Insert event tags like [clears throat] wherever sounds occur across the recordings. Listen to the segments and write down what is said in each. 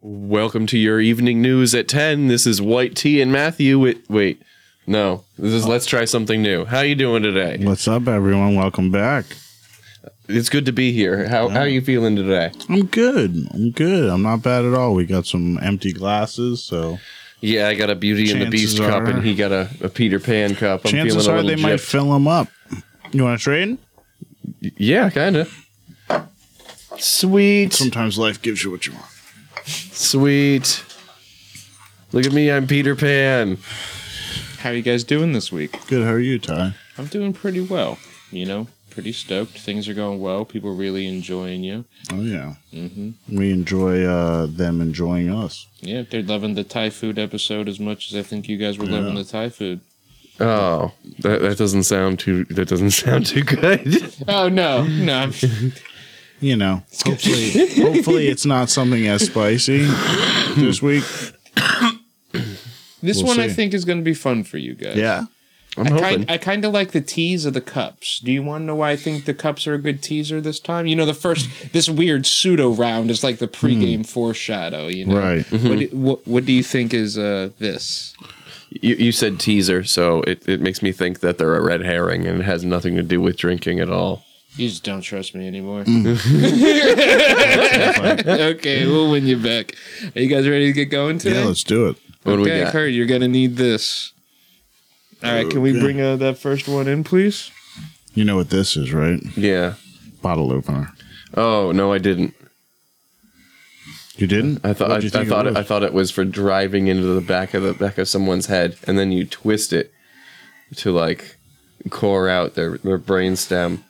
Welcome to your evening news at 10. This is White Tea and Matthew. Wait, wait. No. This is let's try something new. How you doing today? What's up, everyone? Welcome back. It's good to be here. How how you feeling today? I'm good. I'm good. I'm not bad at all. We got some empty glasses, so Yeah, I got a Beauty and the Chances Beast cup are- and he got a, a Peter Pan cup. I'm chances feeling a are little they might gypped. fill them up. You want to trade? Yeah, kind of. Sweet. Sometimes life gives you what you want. Sweet. Look at me, I'm Peter Pan. How you guys doing this week? Good. How are you, Ty? I'm doing pretty well. You know, pretty stoked. Things are going well. People are really enjoying you. Oh yeah, hmm Mm-hmm. we enjoy uh, them enjoying us. Yeah, they're loving the Thai food episode as much as I think you guys were loving Yeah. the Thai food. Oh, that, that doesn't sound too that doesn't [laughs] sound too good. Oh no, [laughs] no. [laughs] You know, hopefully, hopefully it's not something as spicy this week. This We'll one I see. think is going to be fun for you guys. Yeah, I'm I hoping. kind, I kind of like the tease of the cups. Do you want to know why I think the cups are a good teaser this time? You know, [laughs] the first this weird pseudo round is like the pregame foreshadow. You know, Hmm. right. Mm-hmm. What, do- what what do you think is uh this? You, you said teaser, so it, it makes me think that they're a red herring and it has nothing to do with drinking at all. You just don't trust me anymore. Mm. [laughs] yeah, okay, we'll win you back. Are you guys ready to get going today? let's do it. What do we okay, got? Kurt, you're gonna need this. All right, can we Okay. bring uh, that first one in, please? You know what this is, right? Yeah. Bottle opener. Oh no, I didn't. You didn't? I thought I, What'd you I think thought it, was? I thought it was for driving into the back of the back of someone's head, and then you twist it to like core out their their brainstem.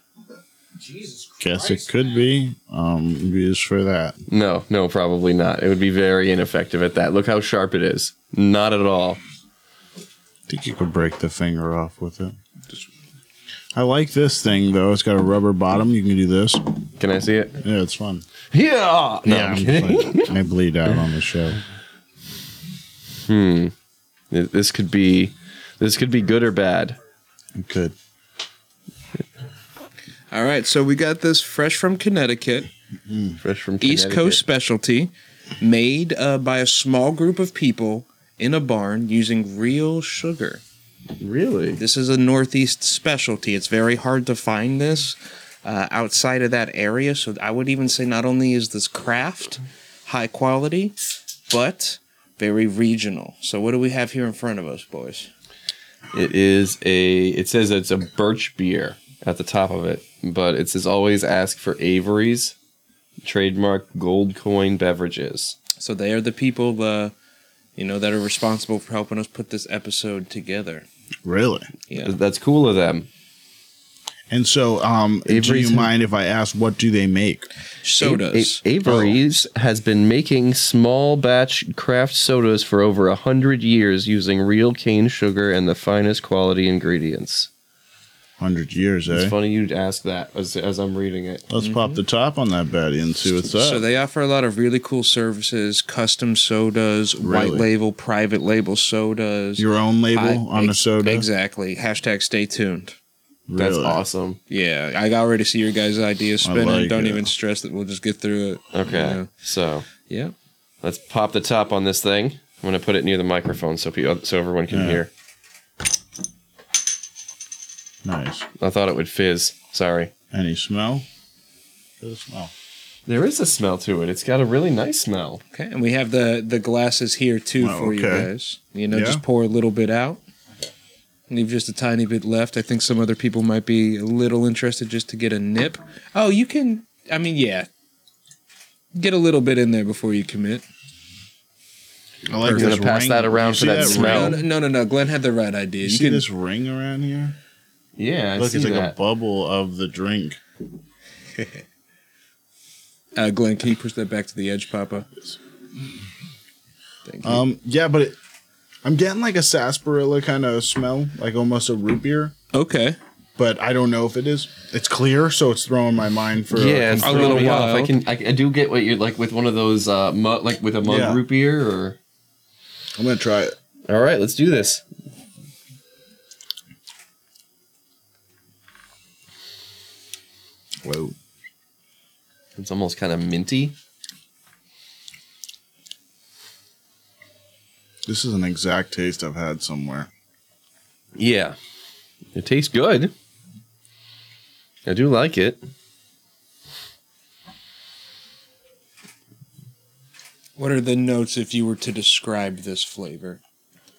Guess it could be um, used for that. No, no, probably not. It would be very ineffective at that. Look how sharp it is. Not at all. think you could break the finger off with it. I like this thing though. It's got a rubber bottom. You can do this. Can I see it? Yeah, it's fun. Yeah. No, I'm I'm kidding. like- I bleed out on the show. Th- This could be, this could be good or bad. I'm good. All right, so we got this fresh from Connecticut, Fresh from East Connecticut. Coast specialty, made uh, by a small group of people in a barn using real sugar. Really? This is a Northeast specialty. It's very hard to find this uh, outside of that area. So I would even say not only is this craft high quality, but very regional. So what do we have here in front of us, boys? It is a. It says it's a birch beer at the top of it, but it says always ask for Avery's trademark gold coin beverages. So they are the people, uh, you know, that are responsible for helping us put this episode together. Really? Yeah. That's cool of them. And so, um, Avery's- do you mind if I ask what do they make? Sodas. A- Avery's has been making small batch craft sodas for over a hundred years using real cane sugar and the finest quality ingredients. Hundred years, eh? It's funny you'd ask that as, as I'm reading it. Let's pop the top on that baddie and see what's up. So they offer a lot of really cool services, custom sodas, white Really? label, private label sodas. Your own label High- on the ex- soda. Exactly. Hashtag stay tuned. That's Really? awesome. Yeah, I already see your guys' ideas I spinning. like Don't it. even stress that. We'll just get through it. Okay, Yeah. so Yeah. let's pop the top on this thing. I'm gonna put it near the microphone so people, so everyone can Yeah. hear. Nice. I thought it would fizz. Sorry. Any smell? Good smell. There is a smell to it. It's got a really nice smell. Okay, and we have the the glasses here too Oh, for you okay. guys. You know, Yeah. just pour a little bit out. Leave just a tiny bit left. I think some other people might be a little interested just to get a nip. Oh, you can. I mean, yeah. Get a little bit in there before you commit. I like We're gonna this pass ring. that around You for see that ring? smell. No, no, no, no, no. Glenn had the right idea. You You, see can. this ring around here? Yeah, I Look, see it's like that. a bubble of the drink. Uh, Glenn, can you push that back to the edge, Papa? Thank Hmm. you. Um, yeah, but it, I'm getting like a sarsaparilla kind of smell, like almost a root beer. okay. But I don't know if it is. It's clear, so it's throwing my mind for. yeah, it's a a little little off. I wild. can, I, I do get what you're like with one of those, uh, mug, like with a mug Yeah. root beer. Or I'm gonna try it. all right, let's do this. Whoa, It's almost kind of minty. This is an exact taste I've had somewhere. Yeah. It tastes good. I do like it. What are the notes if you were to describe this flavor?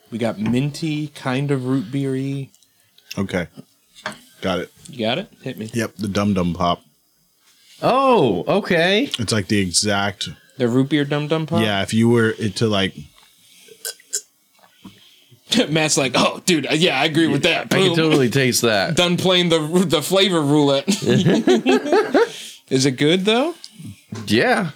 We got minty, kind of root beery. Okay. Got it. You got it? Hit me. Yep, the dum dum pop. Oh, okay. It's like the exact The root beer dum dum pop? Yeah, if you were it to like [laughs] Matt's like, oh, dude, yeah, I agree with that. I Boom. can totally taste that. [laughs] Done playing the the flavor roulette. [laughs] Is it good though? Yeah.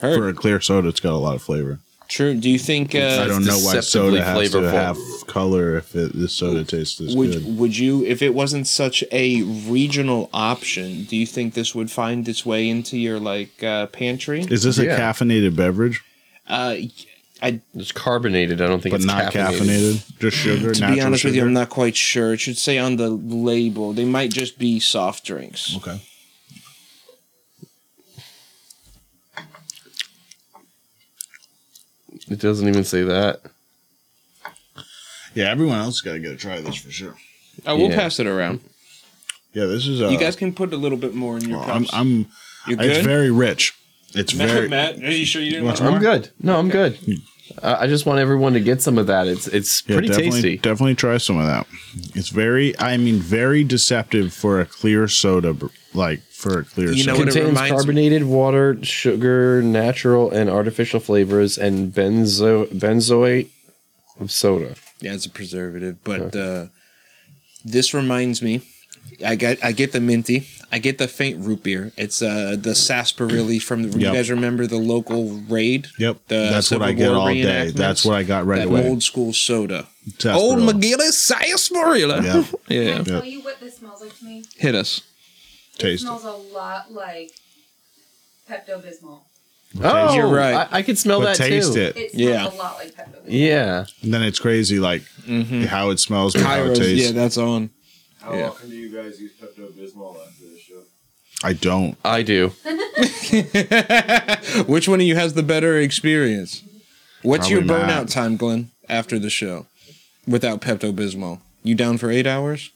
Heard. for a clear soda, it's got a lot of flavor. True. Do you think I uh, don't know why deceptively soda has flavorful. to have color if it, this soda tastes this would good. would you if it wasn't such a regional option? Do you think this would find its way into your like uh, pantry? Is this Yeah. a caffeinated beverage, Uh, I It's carbonated. I don't think but it's not caffeinated. caffeinated. Just sugar. to natural be honest with you, sugar? I'm not quite sure. It should say on the label. They might just be soft drinks. Okay. It doesn't even say that. Yeah, everyone else got to get a try of this for sure. Oh, we'll Yeah. pass it around. Yeah, this is. Uh, you guys can put a little bit more in your I'm. cups. I'm You're it's good, very rich. It's Matt, very. Matt. Are you sure you didn't? You want Want some I'm more? good. No, I'm good. I I just want everyone to get some of that. It's it's Yeah, pretty definitely, tasty. Definitely try some of that. It's very. I mean, very deceptive for a clear soda. br- Like for a clear. You know soda. what it Contains reminds me- carbonated water, sugar, natural and artificial flavors, and benzo benzoate of soda. Yeah, it's a preservative, but uh, this reminds me. I get I get the minty. I get the faint root beer. It's uh the sarsaparilla from the, you Yep. guys remember the local raid. Yep, the that's what Civil I get War all day. reenactments? That's what I got right that away. old school soda. Old Sarsaparilla. McGillis sarsaparilla. Yeah. [laughs] yeah. Can I Yeah. tell you what this smells like to me? Hit us. It Taste it. smells a lot like Pepto Bismol. Oh, You're right. I, I could smell But that taste too. it. It smells Yeah. a lot like Pepto Bismol. Yeah. And then it's crazy, like how it smells, and how it Mm-hmm. Kairos, tastes. yeah, that's on. How Yeah. often do you guys use Pepto Bismol after this show? I don't. I do. Which one of you has the better experience? What's your Probably burnout Matt. time, Glenn, after the show without Pepto Bismol? You down for eight hours?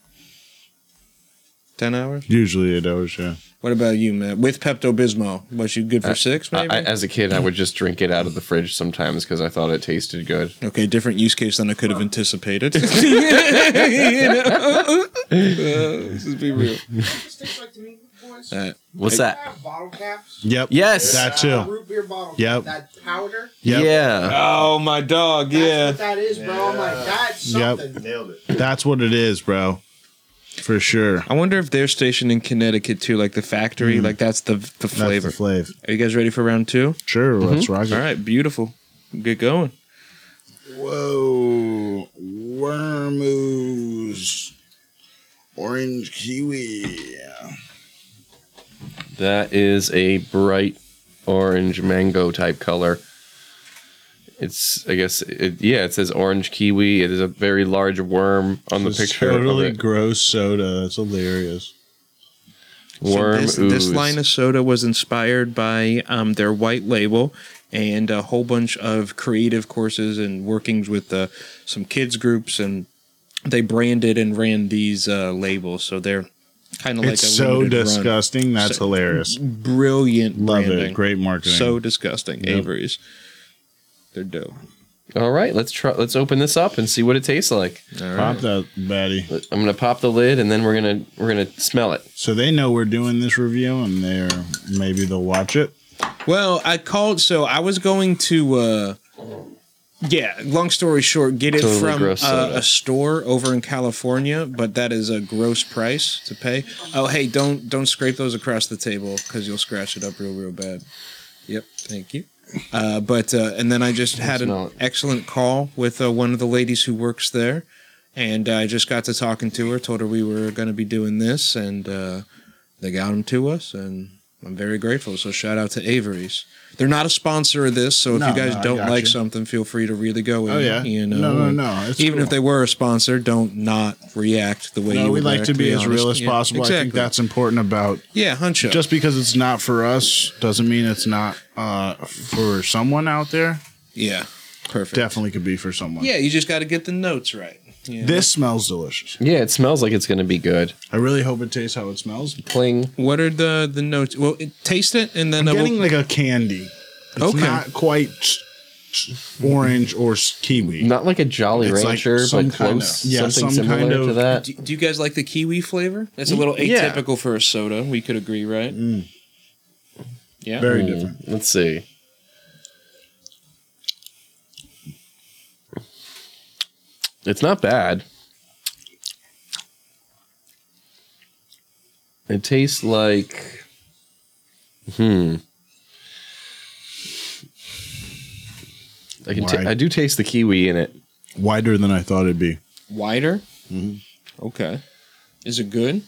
Ten hours? Usually it does. Yeah. What about you, Matt? With Pepto Bismol, was you good for six, I, maybe? I, as a kid, I would just drink it out of the fridge sometimes because I thought it tasted good. okay, different use case than I could have anticipated. [laughs] You know? Uh, let's just be real. This tastes like to me, boys. All right. What's I that? have bottle caps. Yep. Yes. That Uh, too. root beer bottle. Yep. That powder. Yep. Yeah. Oh, my dog, That's yeah. what that is, bro. I'm like, that's Yep. something. Nailed it. That's what it is, bro. For sure. I wonder if they're stationed in Connecticut too, like the factory, like that's the the That's flavor. the flavor. Are you guys ready for round two? Sure. Let's rock it. Mm-hmm. All right, beautiful. Get going. Whoa. Wormoose. Orange kiwi. That is a bright orange mango type color. It's, I guess, it, yeah, it says orange kiwi. It is a very large worm on the picture. of Totally it. gross soda. That's hilarious. Worm this, this ooze. line of soda was inspired by um, their white label and a whole bunch of creative courses and workings with uh, some kids groups and they branded and ran these uh, labels so they're kind of like it's a so limited run. disgusting. That's So- hilarious. brilliant Love branding it. Great marketing. so disgusting Yep. avery's they're dope All right, let's try. Let's open this up and see what it tastes like. all Pop right that, baddie. I'm gonna pop the lid and then we're gonna we're gonna smell it. So they know we're doing this review, and they're maybe they'll watch it. well i called so i was going to uh yeah, long story short, get it Totally from gross uh, soda. a store over in California, but that is a gross price to pay. Oh, hey, don't don't scrape those across the table because you'll scratch it up real real bad. Yep, thank you. Uh, but uh, and then I just had smell an it. excellent call with uh, one of the ladies who works there, and I just got to talking to her. Told her we were going to be doing this, and uh, they got them to us, and I'm very grateful. So shout out to Avery's. They're not a sponsor of this, so if No, you guys no, I don't got like you. something, feel free to really go with Oh it, yeah, You know, no, no, and no. It's Even cool. if they were a sponsor, don't not react the way no, you we would like to react, be as honest. real as Yeah, possible. I think exactly. that's important about yeah, huncho. just because it's not for us doesn't mean it's not uh, for someone out there. yeah, Perfect. Definitely could be for someone. Yeah, you just got to get the notes right. you know? This smells delicious. Yeah, it smells like it's gonna be good. I really hope it tastes how it smells. Pling. What are the the notes? Well, it, taste it and then I'm I will- getting like a candy. It's Okay. not quite ch- ch- orange or s- kiwi. Not like a Jolly It's like Rancher, some but kind of- close. yeah, something some similar kind to of- that. do, do you guys like the kiwi flavor? That's a little Yeah. atypical for a soda. We could agree, right? Mm. Yeah. Very different. Hmm, Let's see. It's not bad. It tastes like. Hmm. I can. ta- Why? I do taste the kiwi in it. Wider than I thought it'd be. Wider. Mhm. Okay. Is it good?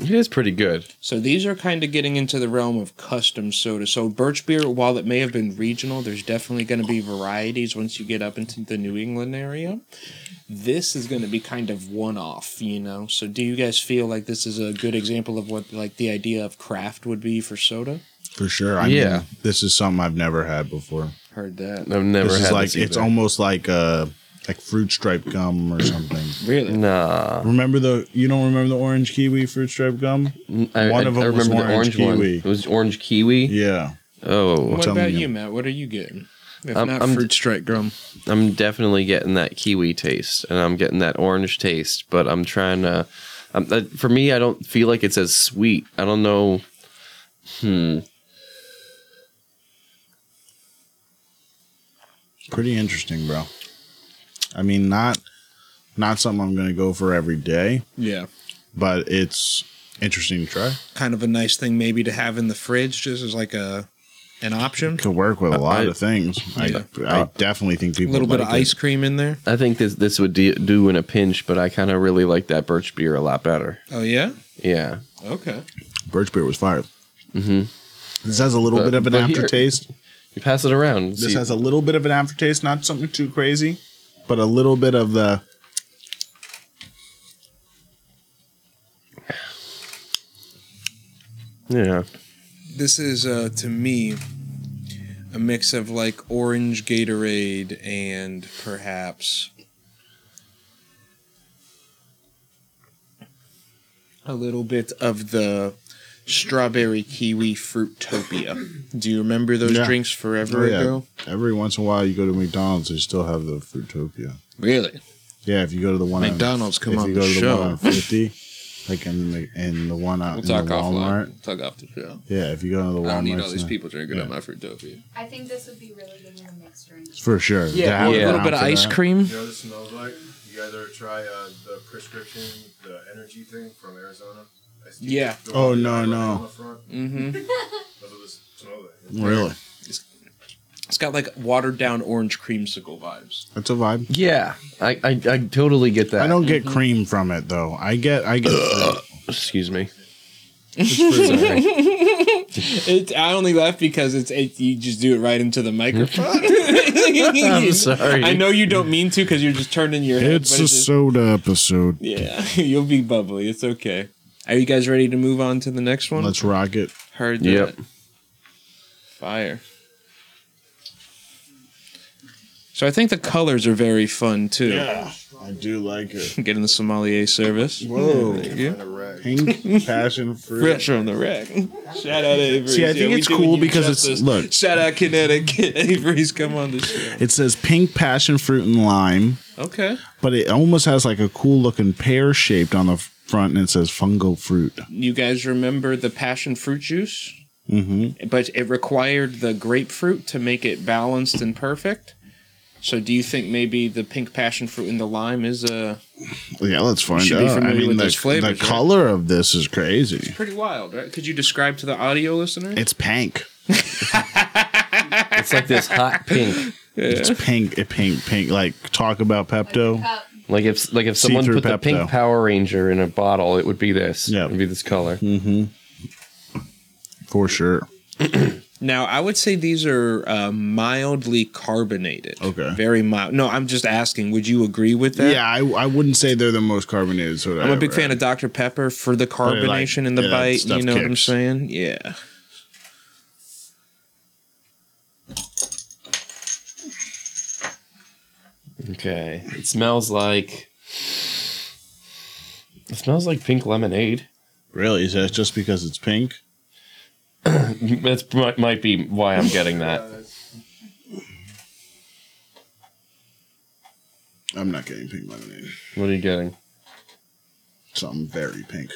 It is pretty good. So these are kind of getting into the realm of custom soda. So birch beer, while it may have been regional, there's definitely going to be varieties once you get up into the New England area. This is going to be kind of one off, you know. So do you guys feel like this is a good example of what like the idea of craft would be for soda? For sure. I Yeah. mean, this is something I've never had before. Heard that. I've never this had is like this it's either. almost like uh like fruit stripe gum or something. Really? Nah. remember the you don't remember the orange kiwi fruit stripe gum? I, One I- of 'em I was remember the orange orange one. kiwi. It was orange kiwi. Yeah. Oh, What Tell about me. you, Matt? What are you getting? If I'm- not I'm- fruit strike gum. I'm definitely getting that kiwi taste, and I'm getting that orange taste. But I'm trying to. I'm, uh, for me, I don't feel like it's as sweet. I don't know. Hmm. Pretty interesting, bro. I mean, not not something I'm going to go for every day, Yeah. but it's interesting to try. Kind of a nice thing maybe to have in the fridge, just as like a an option. Could work with a lot I- Uh, of things. Yeah. I, I definitely think A people little would bit of like it. ice cream in there. I think this this would de- do in a pinch, but I kind of really like that birch beer a lot better. Oh yeah. Yeah. Okay. Birch beer was fire. Mm-hmm. This has a little But- bit of an but here- aftertaste. You pass it around. this see- has a little bit of an aftertaste, not something too crazy, but a little bit of the yeah. This is uh, to me a mix of like orange Gatorade and perhaps a little bit of the strawberry kiwi fruitopia. Do you remember those Yeah. drinks forever Oh, yeah. ago? every once in a while you go to McDonald's, they still have the Fruitopia. Really? Yeah, if you go to the one on- McDonald's, come if on you go the to show. the one on fifty, like in the in the one out We'll in talk the offline. Walmart. We'll talk off the show. Yeah, if you go to the Walmart, uh, I don't need all "Oh, these it's- people drinking yeah. up my fruitopia. I think this would be really good in a mixed drink. for sure. To have a it little out bit of for ice that. cream. You know what this smells like? You guys ever try uh, the prescription, the energy thing from Arizona? I see Yeah. the Oh, one no, on the no. front. Mm-hmm. That's what this smells like. Really, It's got like watered down orange creamsicle vibes. that's a vibe. Yeah. I, I I totally get that. I don't get Mm-hmm. cream from it though. I get I [coughs] get. fruit. Excuse me. [laughs] It, I only laugh because it's it, you just do it right into the microphone. [laughs] I'm sorry. I know you don't mean to because you're just turning your head. It's but a just- soda episode. yeah, [laughs] you'll be bubbly. It's okay. Are you guys ready to move on to the next one? Let's rock it. Heard that. Yep. Fire. So I think the colors are very fun too. I do like it. Getting the sommelier service. Whoa, Thank you. pink [laughs] passion fruit. Fresh on the rack. Shout out Avery's. See, I think we it's doing cool you because it's- look. Shout out Connecticut. [laughs] Avery's come on the show. It says pink passion fruit and lime, Okay. but it almost has like a cool looking pear shaped on the front, and it says fungal fruit. You guys remember the passion fruit juice? Mm-hmm. But it required the grapefruit to make it balanced and perfect. So do you think maybe the pink passion fruit and the lime is uh, Yeah, let's find should out. be familiar I mean, with the, those flavors, the right? color of this is crazy. pretty wild, right? Could you describe to the audio listener? It's pink. It's like this hot pink. It's pink, it pink, pink. Like talk about Pepto. Cup. Like if like if someone See-through put the pink Pepto. Power Ranger in a bottle, it would be this. Yeah. It would be this color. for sure. Now, I would say these are uh, mildly carbonated. Okay. Very mild. No, I'm just asking, would you agree with that? yeah, I, I wouldn't say they're the most carbonated soda. I'm a big fan of Dr. Pepper for the it, like, carbonation in the yeah, that bite. You stuff know what I'm kicks. saying? Yeah. Okay. It smells like. It smells like pink lemonade. [laughs] Really? Is that just because it's pink? That's might, might be why I'm getting Yeah, that. that's- I'm not getting pink lemonade. What are you getting? Something very [laughs] pink.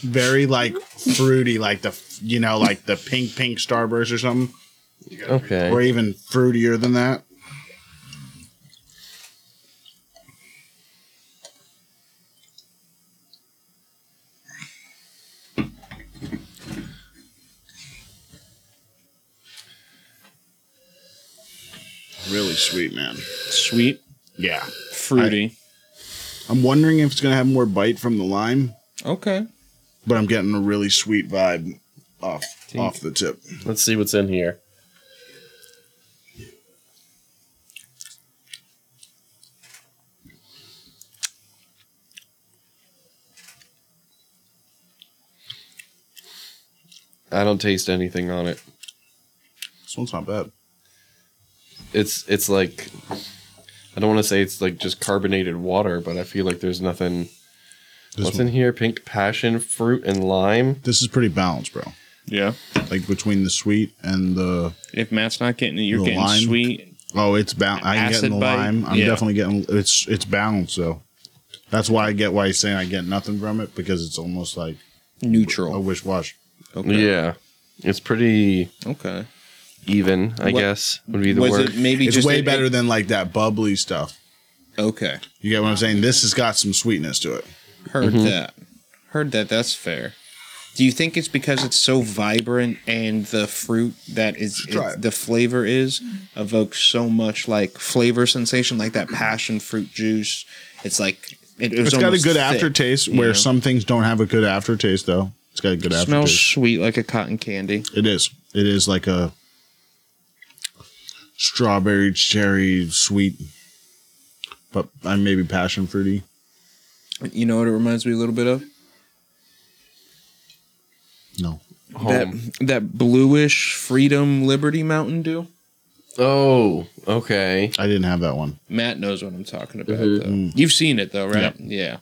very like fruity, like the you know, like the pink pink starburst or something, you gotta be- or Okay. even fruitier than that. Really sweet, man. Sweet, Yeah. fruity. I'm wondering if it's gonna have more bite from the lime, okay. but I'm getting a really sweet vibe off Tink. off the tip. Let's see what's in here. I don't taste anything on it. This one's not bad. It's it's like I don't want to say it's like just carbonated water, but I feel like there's nothing. This, What's one- in here? Pink passion fruit and lime. this is pretty balanced, bro. Yeah. Like between the sweet and the If Matt's not getting it, you're The getting lime. sweet. oh, it's balanced. I'm Acid getting the bite? lime. I'm Yeah. definitely getting it's it's balanced though. That's why I get why he's saying I get nothing from it because it's almost like a Neutral. wish wash. Okay. Yeah, it's pretty Okay. even. I What- guess would be the Was word. it maybe It's just way it- better than like that bubbly stuff. Okay. You get what I'm saying? This has got some sweetness to it. Heard Mm-hmm. that. Heard that. That's fair. Do you think it's because it's so vibrant and the fruit that is Let's try it- it. the flavor is evokes so much like flavor sensation, like that passion fruit juice? It's like it, it was It's got a almost good thick, aftertaste you where know? some things don't have a good aftertaste though. It's got a good It smells aftertaste. sweet like a cotton candy. It is. It is like a strawberry cherry sweet, but I maybe passion fruity. You know what it reminds me a little bit of? No, Home. That that bluish freedom liberty Mountain Dew. Oh, okay. I didn't have that one. Matt knows what I'm talking about. Mhm. Though. You've seen it though, right? Yeah.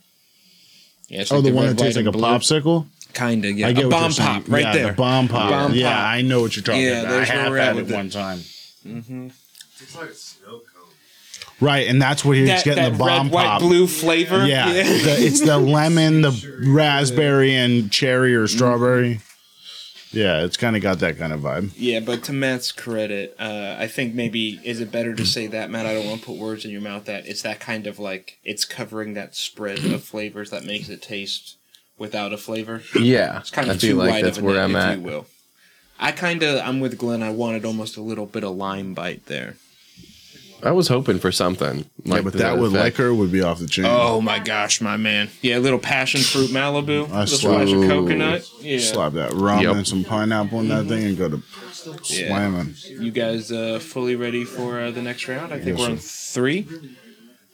Yeah. it's Mm-hmm. Oh, like the one red, that tastes white, like a and blue. popsicle. Kinda, yeah. I get a what bomb you're saying. pop right yeah, there. The bomb pop. Bomb yeah, pop. I know what you're talking Yeah, about. I there's where have we're at had it with one time. It's like a snow cone. Right, and that's what he's That, getting that the bomb red, white, pop. blue flavor. [laughs] Yeah, the- it's the lemon, the raspberry, and cherry or strawberry. Yeah, it's kind of got that kind of vibe. [laughs] Yeah, but to Matt's credit, uh, I think maybe is it better to say that, Matt? I don't want to put words in your mouth. That it's that kind of like it's covering that spread of flavors that makes it taste without a flavor. Yeah, It's kind I of too feel like wide that's of a where net, I'm if at. you will. I kind of I'm with Glenn. I wanted almost a little bit of lime bite there. I was hoping for something. Yeah, but that with effect. liquor would be off the chain. Oh my gosh, my man! Yeah, a little passion fruit Malibu, I a splash of slap- coconut. Yeah, Slap that rum Yep. and some pineapple in that thing and go to Yeah. slamming. You guys uh, fully ready for uh, the next round? I Yes, think we're on three.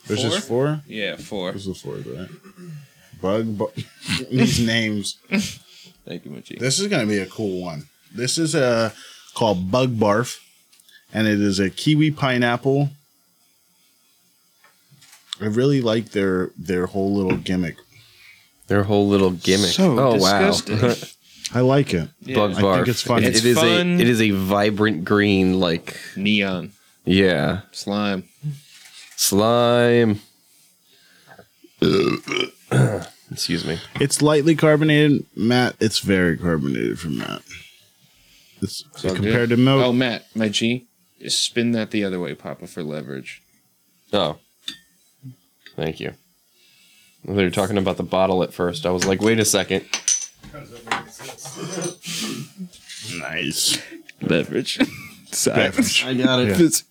There's just four? Yeah, four. This is four, right? Bug, [laughs] bu- these names. Thank you, Munchie. This is going to be a cool one. This is uh, called Bug Barf, and it is a kiwi pineapple. I really like their their whole little gimmick. Their whole little gimmick. So oh [laughs] disgusting. wow. I like it. Yeah. Bug I think barf. it's fun. It- It's it is fun. a it is a vibrant green like Neon yeah slime. slime. [clears throat] Excuse me. It's lightly carbonated, Matt. It's very carbonated for Matt. It's, all compared to milk. Oh, Matt, my G, spin that the other way, Papa, for leverage. Oh, thank you. They were talking about the bottle at first. I was like, wait a second. Nice. Leverage. [laughs] Beverage. got it.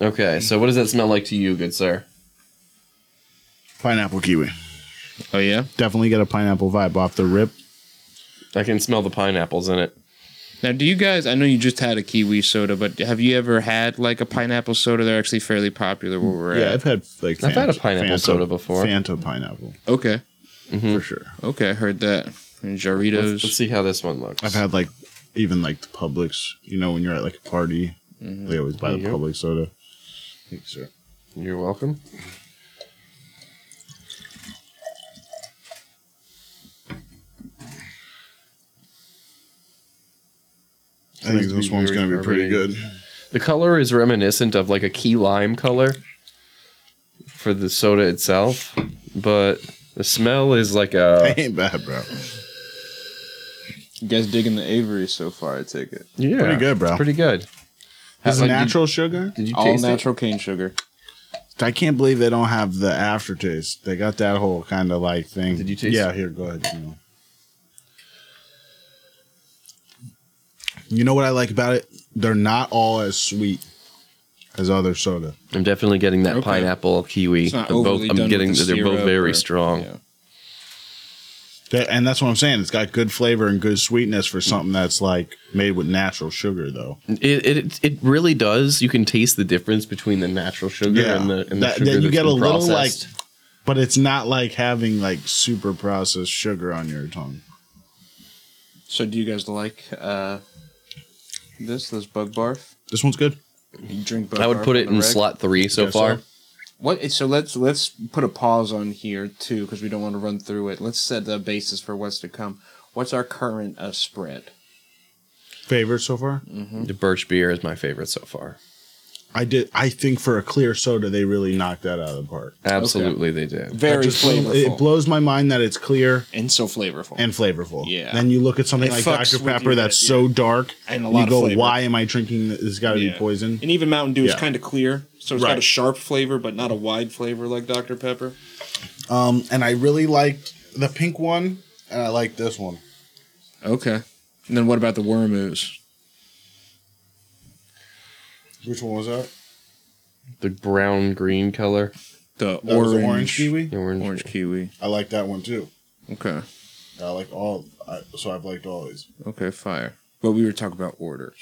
Okay, so what does that smell like to you, good sir? Pineapple kiwi. [laughs] Oh yeah, Definitely get a pineapple vibe off the rip. I can smell the pineapples in it. Now, do you guys? I know you just had a kiwi soda, but have you ever had like a pineapple soda? They're actually fairly popular where we're Yeah, at. I've had like I've had a pineapple soda before. Fanta pineapple Okay, for sure. okay, I heard that. And Jarritos. Let's, let's see how this one looks. I've had like even like the Publix. You know when you're at like a party Mm-hmm. They always buy There the you go. public soda. Thanks, sir. You're welcome. I think Seems to this be one's very going to be pretty carbonated. good. [laughs] The color is reminiscent of like a key lime color for the soda itself, but the smell is like I a ain't bad, bro. You guys digging the Avery so far? I take it. yeah, Pretty good, bro. it's pretty good. How- Is it like, did- natural sugar? Did, you All taste it? natural cane sugar. I can't believe they don't have the aftertaste. They got that whole kind of like thing. Did you taste Yeah, here, go ahead. You know. You know what I like about it? They're not all as sweet as other soda. I'm definitely getting that Okay. pineapple kiwi. It's not They're both- overly I'm done getting with the they're both syrup very or- strong. yeah. That- and that's what I'm saying. It's got good flavor and good sweetness for something that's like made with natural sugar, though. It, it it really does. You can taste the difference between the natural sugar Yeah. and the and the That- sugar that you that's get been a little, like- processed. But it's not like having like super processed sugar on your tongue. So, do you guys like uh, this? This bug barf? This one's good. You drink. Both I would are from put it the in reg. slot three so Guess far. so. Mm-hmm. What? So let's let's put a pause on here too because we don't want to run through it. Let's set the basis for what's to come. What's our current uh, spread? Favorite so far? The birch beer is my favorite so far. I did. I think for a clear soda, they really knocked that out of the park. Absolutely, they did. That Very just blew- flavorful It blows my mind that it's clear and so flavorful. and flavorful. Yeah. Then you look at something It like fucks Dr with Pepper you, that's yeah. so dark, And a and lot you of go, flavor. "Why am I drinking? this? It's got to be Yeah. poison." And even Mountain Dew is Yeah. kind of clear, so it's Right. got a sharp flavor, but not a wide flavor like Dr. Pepper. Um, and I really liked the pink one, and I like this one. Okay. And then what about the worm ooze? Which one was that? The brown green color, The That was the orange kiwi. the orange. Orange kiwi. I like that one too. Okay. I like all. I, so I've liked all these. Okay, fire. But we were talking about order.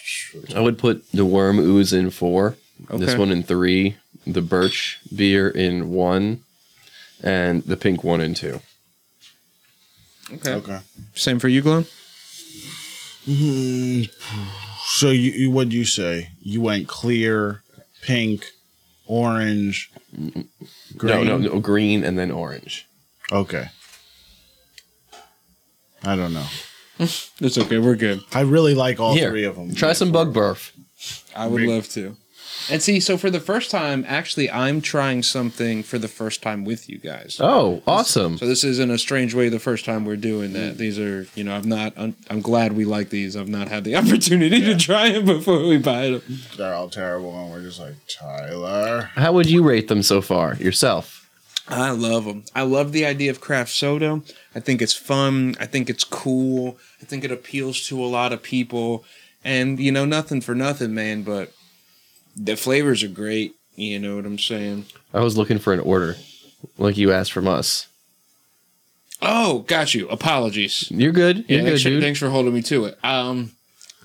I would put the worm ooze in four. This Okay. one in three. The birch beer in one, and the pink one in two. Okay. Okay. Same for you, Glenn? Hmm. So you, you what'd you say? You went clear, pink, orange, green. No, no, no, green and then orange. Okay. I don't know. It's okay. We're good. I really like all Here, three of them. Try some bug barf. I would love to. And see, so for the first time, actually, I'm trying something for the first time with you guys. Oh, awesome! So this is in a strange way the first time we're doing that. These are, you know, I've not. I'm, I'm glad we like these. I've not had the [laughs] opportunity to try them before we buy them. They're all terrible, and we're just like Tyler. How would you rate them so far yourself? I love them. I love the idea of craft soda. I think it's fun. I think it's cool. I think it appeals to a lot of people. And, you know, nothing for nothing, man, but the flavors are great. You know what I'm saying? I was looking for an order, like you asked from us. Oh, got you. Apologies. You're good. You're Yeah, good, thanks, dude. thanks for holding me to it. Um,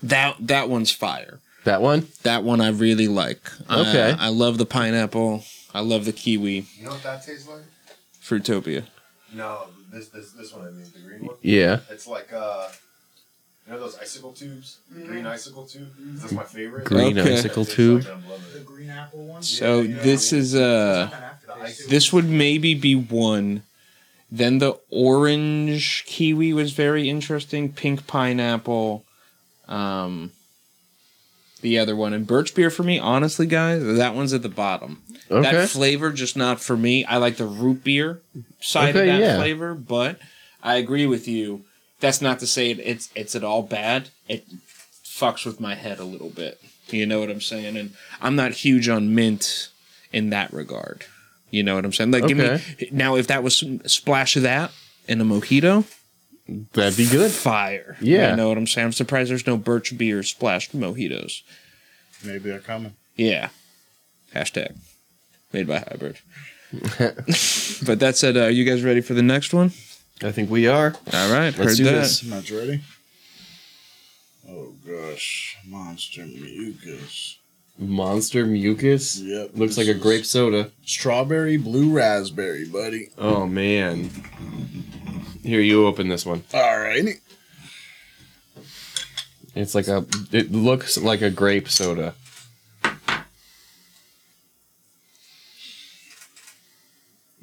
that that one's fire. That one. That one I really like. Uh, Okay. I love the pineapple. I love the kiwi You know what that tastes like? fruitopia. No, this this this one I mean, the green one. Yeah. It's like uh, you know those icicle tubes, green icicle tube. Mm-hmm. That's my favorite. Green Okay. icicle It tastes tube. like I'm loving The it. green apple one. So Yeah, yeah. this is uh This would maybe be one. Then the orange kiwi was very interesting. Pink pineapple. Um, the other one and birch beer for me, honestly, guys, that one's at the bottom. Okay. That flavor just not for me. I like the root beer side Okay, of that yeah. flavor, but I agree with you. That's not to say it, it's it's at all bad. It fucks with my head a little bit. You know what I'm saying? And I'm not huge on mint in that regard. You know what I'm saying? Like, give me now if that was some splash of that in a mojito, That'd be good. fire. Yeah. you know what I'm saying. I'm surprised there's no birch beer splashed mojitos. Maybe they're coming. Yeah, hashtag made [laughs] by hybrid. but that said, uh, are you guys ready for the next one? I think we are. All right, Let's heard do that. this. Not ready. Oh gosh, monster mucus. Monster mucus. Yep, Looks this like a is- grape soda. Strawberry blue raspberry, buddy. Oh man. Here you open this one. All right. It's like a. It looks like a grape soda.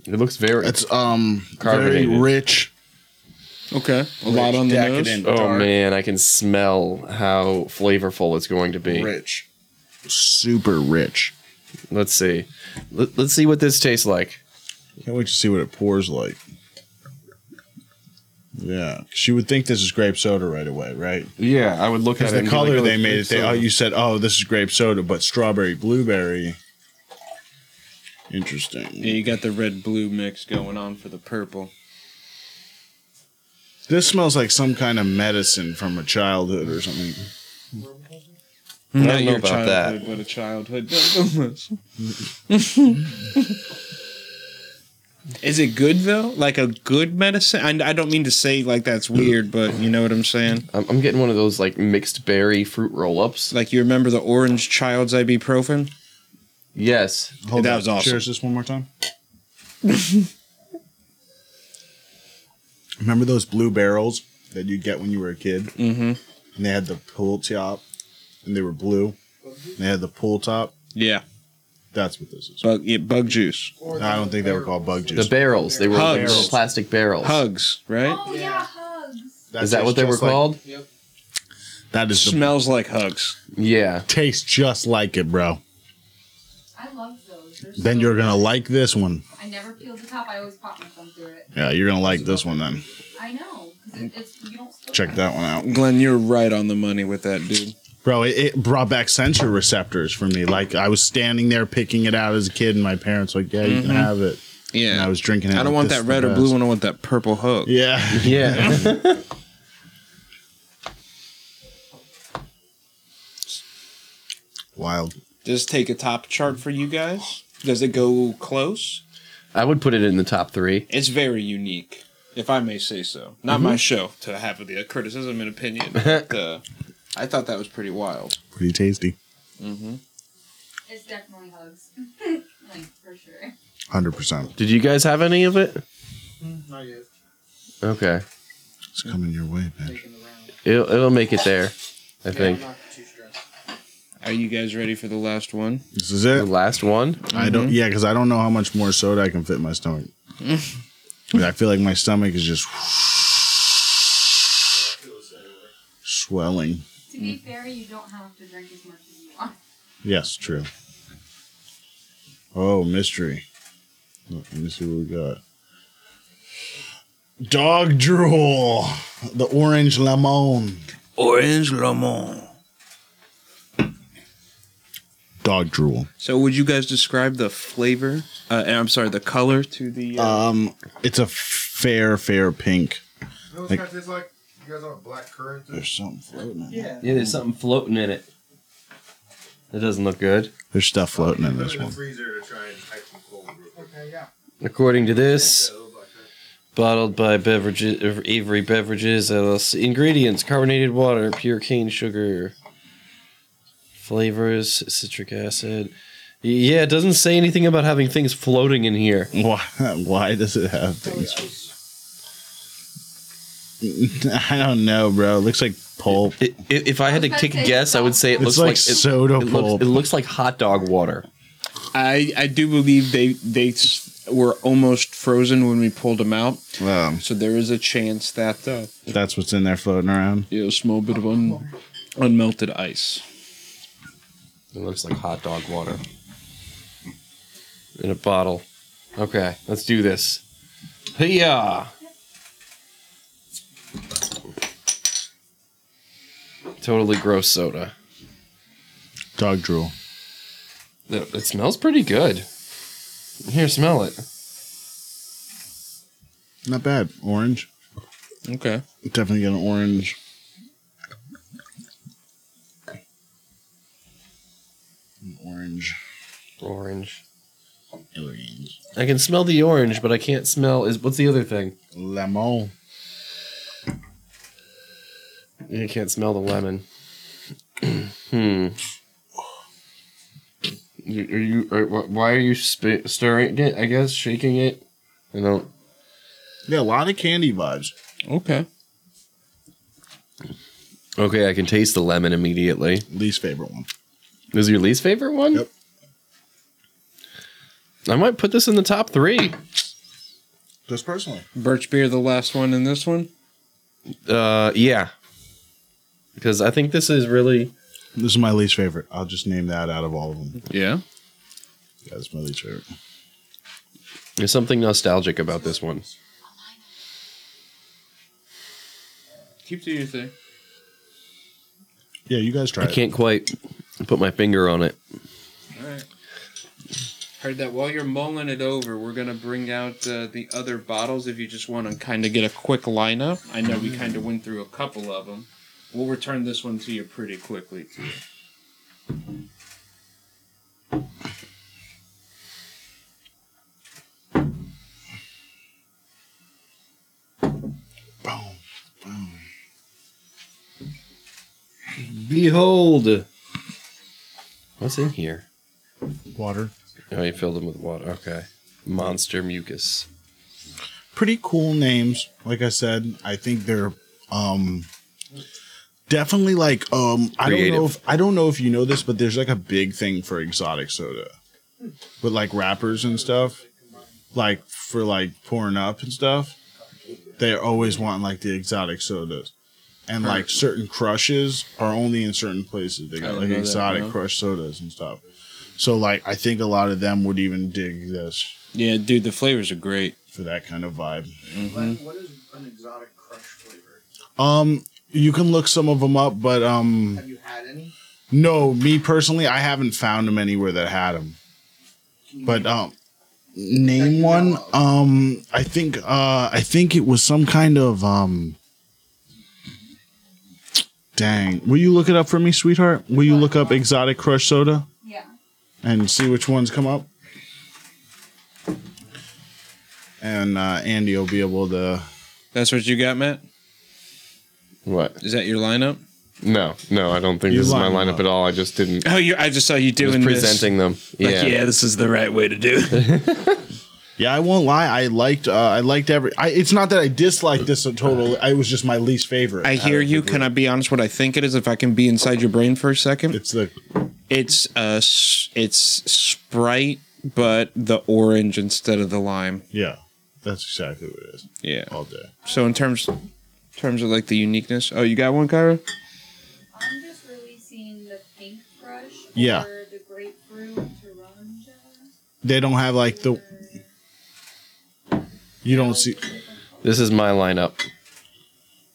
It looks very. It's um Carbonated. very rich. Okay. A lot on the nose. oh man, I can smell how flavorful it's going to be. Rich. Super rich. Let's see. Let, let's see what this tastes like. Can't wait to see what it pours like. Yeah, she would think this is grape soda right away, right? Yeah, I would look Because at it. the and be like, color "Oh, they it's made grape it, they, soda." oh, you said, oh, this is grape soda, but strawberry, blueberry. Interesting. Yeah, you got the red blue mix going on for the purple. This smells like some kind of medicine from a childhood or something. I Not don't know your about that. childhood, but a childhood [laughs] illness. Is it good though? Like a good medicine? I, I don't mean to say like that's weird, but you know what I'm saying. I'm, I'm getting one of those like mixed berry fruit roll ups. Like you remember the orange child's ibuprofen? Yes. Hold That on. was awesome. Cheers this one more time. [laughs] Remember those blue barrels that you get when you were a kid? Mm-hmm. And they had the pull top, and they were blue. And they had the pull top. Yeah, That's what this is. bug yeah, bug juice. No, I don't think they were called bug The juice. barrels. They were Hugs. barrels, plastic barrels. Hugs, right? Oh, yeah, hugs. That Is that tastes what they were just like- called? That is the Smells like hugs. Yeah. tastes just like it, bro. I love those. They're Then so you're gonna good. like this one. I never peel the top. I always pop my thumb through it. Yeah, you're gonna like this one then. I know. 'cause it, it's, you don't spill Check that one out. Glenn, you're right on the money with that, dude. Bro, it, it brought back sensor receptors for me. Like I was standing there picking it out as a kid, and my parents were like, "Yeah, you can have it." And Mm-hmm. Yeah, I was drinking it. I don't like, want "This that is red the or blue best." one. I want that purple hug. Yeah, Yeah. [laughs] wild. Just take a top chart for you guys. Does it go close? [laughs] I would put it in the top three. It's very unique, if I may say so. Not Mm-hmm. my show to have the criticism [laughs] and opinion. But, uh, I thought that was pretty wild. Pretty tasty. It's definitely hugs. [laughs] like, for sure. Hundred percent. Did you guys have any of it? Not yet. Okay. It's coming your way, man. Taking the round. It'll, it'll make it there, I think. I'm not too stressed. Are you guys ready for the last one? This is The it. last one? I Mm-hmm. don't. Yeah, because I don't know how much more soda I can fit in my stomach. [laughs] I feel like my stomach is just swelling. To be fair, you don't have to drink as much as you want. Yes, true. Oh, mystery. Look, Let me see what we got. Dog drool. The orange lemon. Orange Lemon. Dog drool. So, would you guys describe the flavor? Uh, and I'm sorry, the color to the. Uh, Um, it's a fair, fair pink. You know what this kind of tastes like? You guys want black currant? There's something floating in it. Yeah. Yeah, there's something floating in it. That doesn't look good. There's stuff floating in Put it this in the one. freezer to try and hype some cold real quick. Okay, yeah. According to this, Yeah, a little black currant. bottled by beverages, Avery Beverages LLC. Ingredients: carbonated water, pure cane sugar, flavors, citric acid. Yeah, it doesn't say anything about having things floating in here. Why, [laughs] why does it have things? [laughs] I don't know, bro. It looks like pulp. I- i- if I had to take a guess, I would say it It's looks like like, it- soda it, pulp. looks, it looks like hot dog water. I I do believe they they s- were almost frozen when we pulled them out. Um, So there is a chance that uh, that's what's in there floating around. you a small bit of un- unmelted ice. It looks like hot dog water in a bottle. Okay, let's do this. Yeah. Totally gross soda. Dog drool. It, it smells pretty good. Here, smell it. Not bad. Orange. Okay. Definitely get an orange. An orange. Orange. Orange. I can smell the orange, but I can't smell. Is what's the other thing? Lemon. You can't smell the lemon. hmm. You- Are you? Are, wh- why are you sp- stirring it? I guess shaking it. I don't. Yeah, a lot of candy vibes. Okay. Okay, I can taste the lemon immediately. Least favorite one. This is your least favorite one? Yep. I might put this in the top three. Just personally. Birch beer, the last one in this one. Uh, yeah. Because I think this is really This is my least favorite. I'll just name that out of all of them. Yeah. That's my least favorite. there's something nostalgic about this one. Keep doing your thing. Yeah, you guys try I can't quite put my finger on it. All right. Heard that while you're mulling it over, we're gonna bring out uh, the other bottles if you just want to kind of get a quick lineup. I know we kind of went through a couple of them. We'll return this one to you pretty quickly. Too. Behold! What's in here? it. Water. Oh, you filled them with water. Okay. Monster mucus. Pretty cool names. Like I said, I think they're um definitely like um I don't Creative. know if I don't know if you know this, but there's like a big thing for exotic soda. With like rappers and stuff. Like for like pouring up and stuff. They always want like the exotic sodas. And like certain crushes are only in certain places. They got didn't like know that, exotic no. crush sodas and stuff. So like I think a lot of them would even dig this Yeah, dude, the flavors are great. for that kind of vibe. Mm-hmm. Glenn, what is an exotic crush flavor? Um, you can look some of them up, but um, Have you had any? no, me personally, I haven't found them anywhere that had them. But um, name one. Um, I think uh, I think it was some kind of um. Dang, will you look it up for me, sweetheart? Will you look up exotic crush soda Yeah. and see which ones come up? And uh, Andy will be able to. That's what you got, Matt. What? Is that your lineup? No, no, I don't think You this is my lined them lineup up. at all. I just didn't. Oh, you. I just saw you I was doing presenting them. This. Yeah. Like, yeah, this is the right way to do. it. [laughs] Yeah, I won't lie. I liked. Uh, I liked every. I, it's not that I disliked this totally. I it was just my least favorite. I hear you. Can I be honest? What I think it is, if I can be inside your brain for a second, It's the it's uh, s- it's Sprite, but the orange instead of the lime. yeah. That's exactly what it is. Yeah. All day. So in terms, in terms of like the uniqueness. Oh, you got one, Kyra? I'm just releasing the pink crush. Yeah. Or the grapefruit taranja. They don't have like the. You don't see. This is my lineup.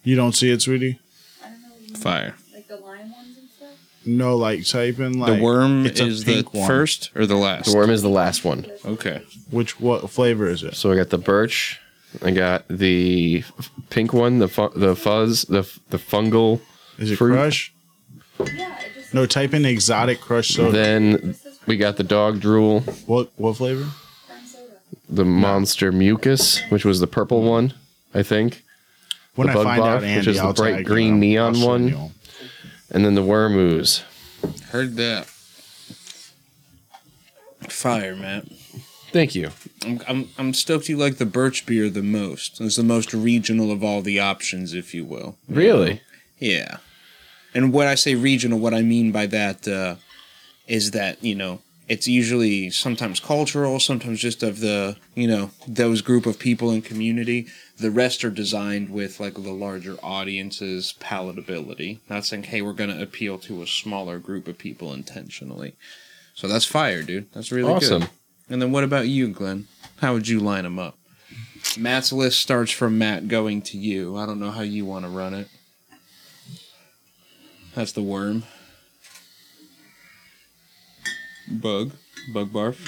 You don't see it, sweetie. I don't know. what you mean, Fire. Like the lime ones and stuff. No, like typing like The worm it's a is the pink one. first or the last. The worm is the last one. Oh. Okay. Which what flavor is it? So I got the birch. I got the f- pink one, the fu- the fuzz, the f- the fungal. Is it Fruit? crush? Yeah. It just No, type in exotic crush soda. Then we got the dog drool, what what flavor? Brown soda. the monster mucus, which was the purple one, I think, When The I bug find bar, out, which Andy, is the I'll bright tag green you. I'll neon send one. you. and then the worm ooze. Heard that. Fire, Matt. Thank you. I'm, I'm, I'm stoked you like the birch beer the most. It's the most regional of all the options, if you will. Really? Yeah. And what I say regional, what I mean by that uh, is that, you know, it's usually sometimes cultural, sometimes just of the, you know, those group of people and community. The rest are designed with like the larger audience's palatability. Not saying, hey, we're going to appeal to a smaller group of people intentionally. So that's fire, dude. That's really good. awesome. And then what about you, Glenn? How would you line them up? Matt's list starts from Matt going to you. I don't know how you want to run it. That's the worm. Bug. Bug barf.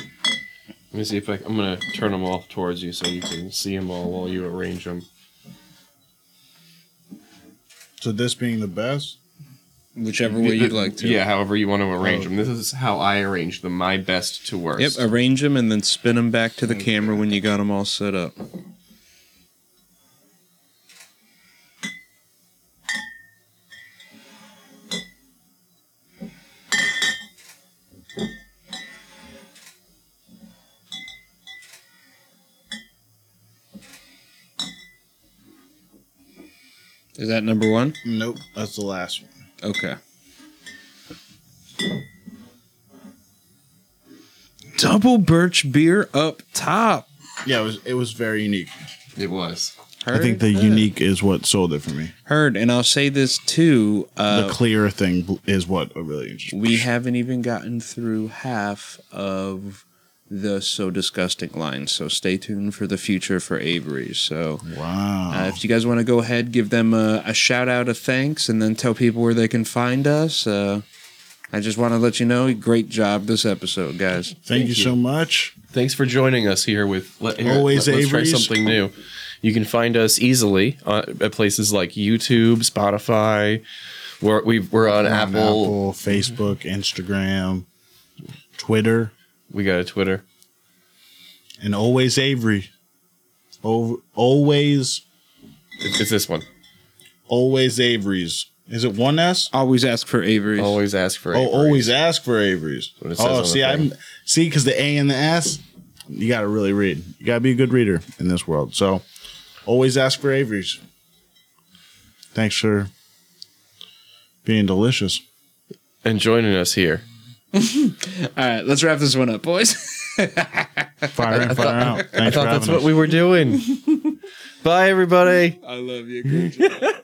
Let me see if I, I'm gonna turn them all towards you so you can see them all while you arrange them. So this being the best. Whichever way you'd like to. Yeah, however you want to arrange them. This is how I arrange them, my best to worst. Yep, uh, arrange them and then spin them back to the camera when you got them all set up. Is that number one? Nope, that's the last one. Okay. Double birch beer up top. Yeah, it was it was very unique. It was. Heard? I think the unique is what sold it for me. heard, and I'll say this too. Uh, Oh. the clear thing bl- is what really interested we haven't even gotten through half of the so disgusting line, so stay tuned for the future for Avery. So. Wow. Uh, if you guys want to go ahead, give them a, a shout out of thanks and then tell people where they can find us. Uh, I just want to let you know, great job this episode, guys. Thank, you, so much. Thanks for joining us here with let, here, Always let, us try Avery's. something new. You can find us easily uh, at places like YouTube, Spotify. We're we've, we're on, On Apple. Apple, Facebook, Instagram, Twitter, We got a Twitter. and always Avery. Al- Always, It's, it's this one. always Avery's. Is it one S? Always ask for Avery. Always ask for. Oh, Avery. always ask for Avery's. what it says on Oh, the see, thing. I'm see because the A and the S, you got to really read. You got to be a good reader in this world. So, always ask for Avery's. Thanks for being delicious. and joining us here. All right, let's wrap this one up, boys. [laughs] Fire in, fire I out. Thanks for thought [laughs] having that's what us. we were doing. Bye, everybody. I love you.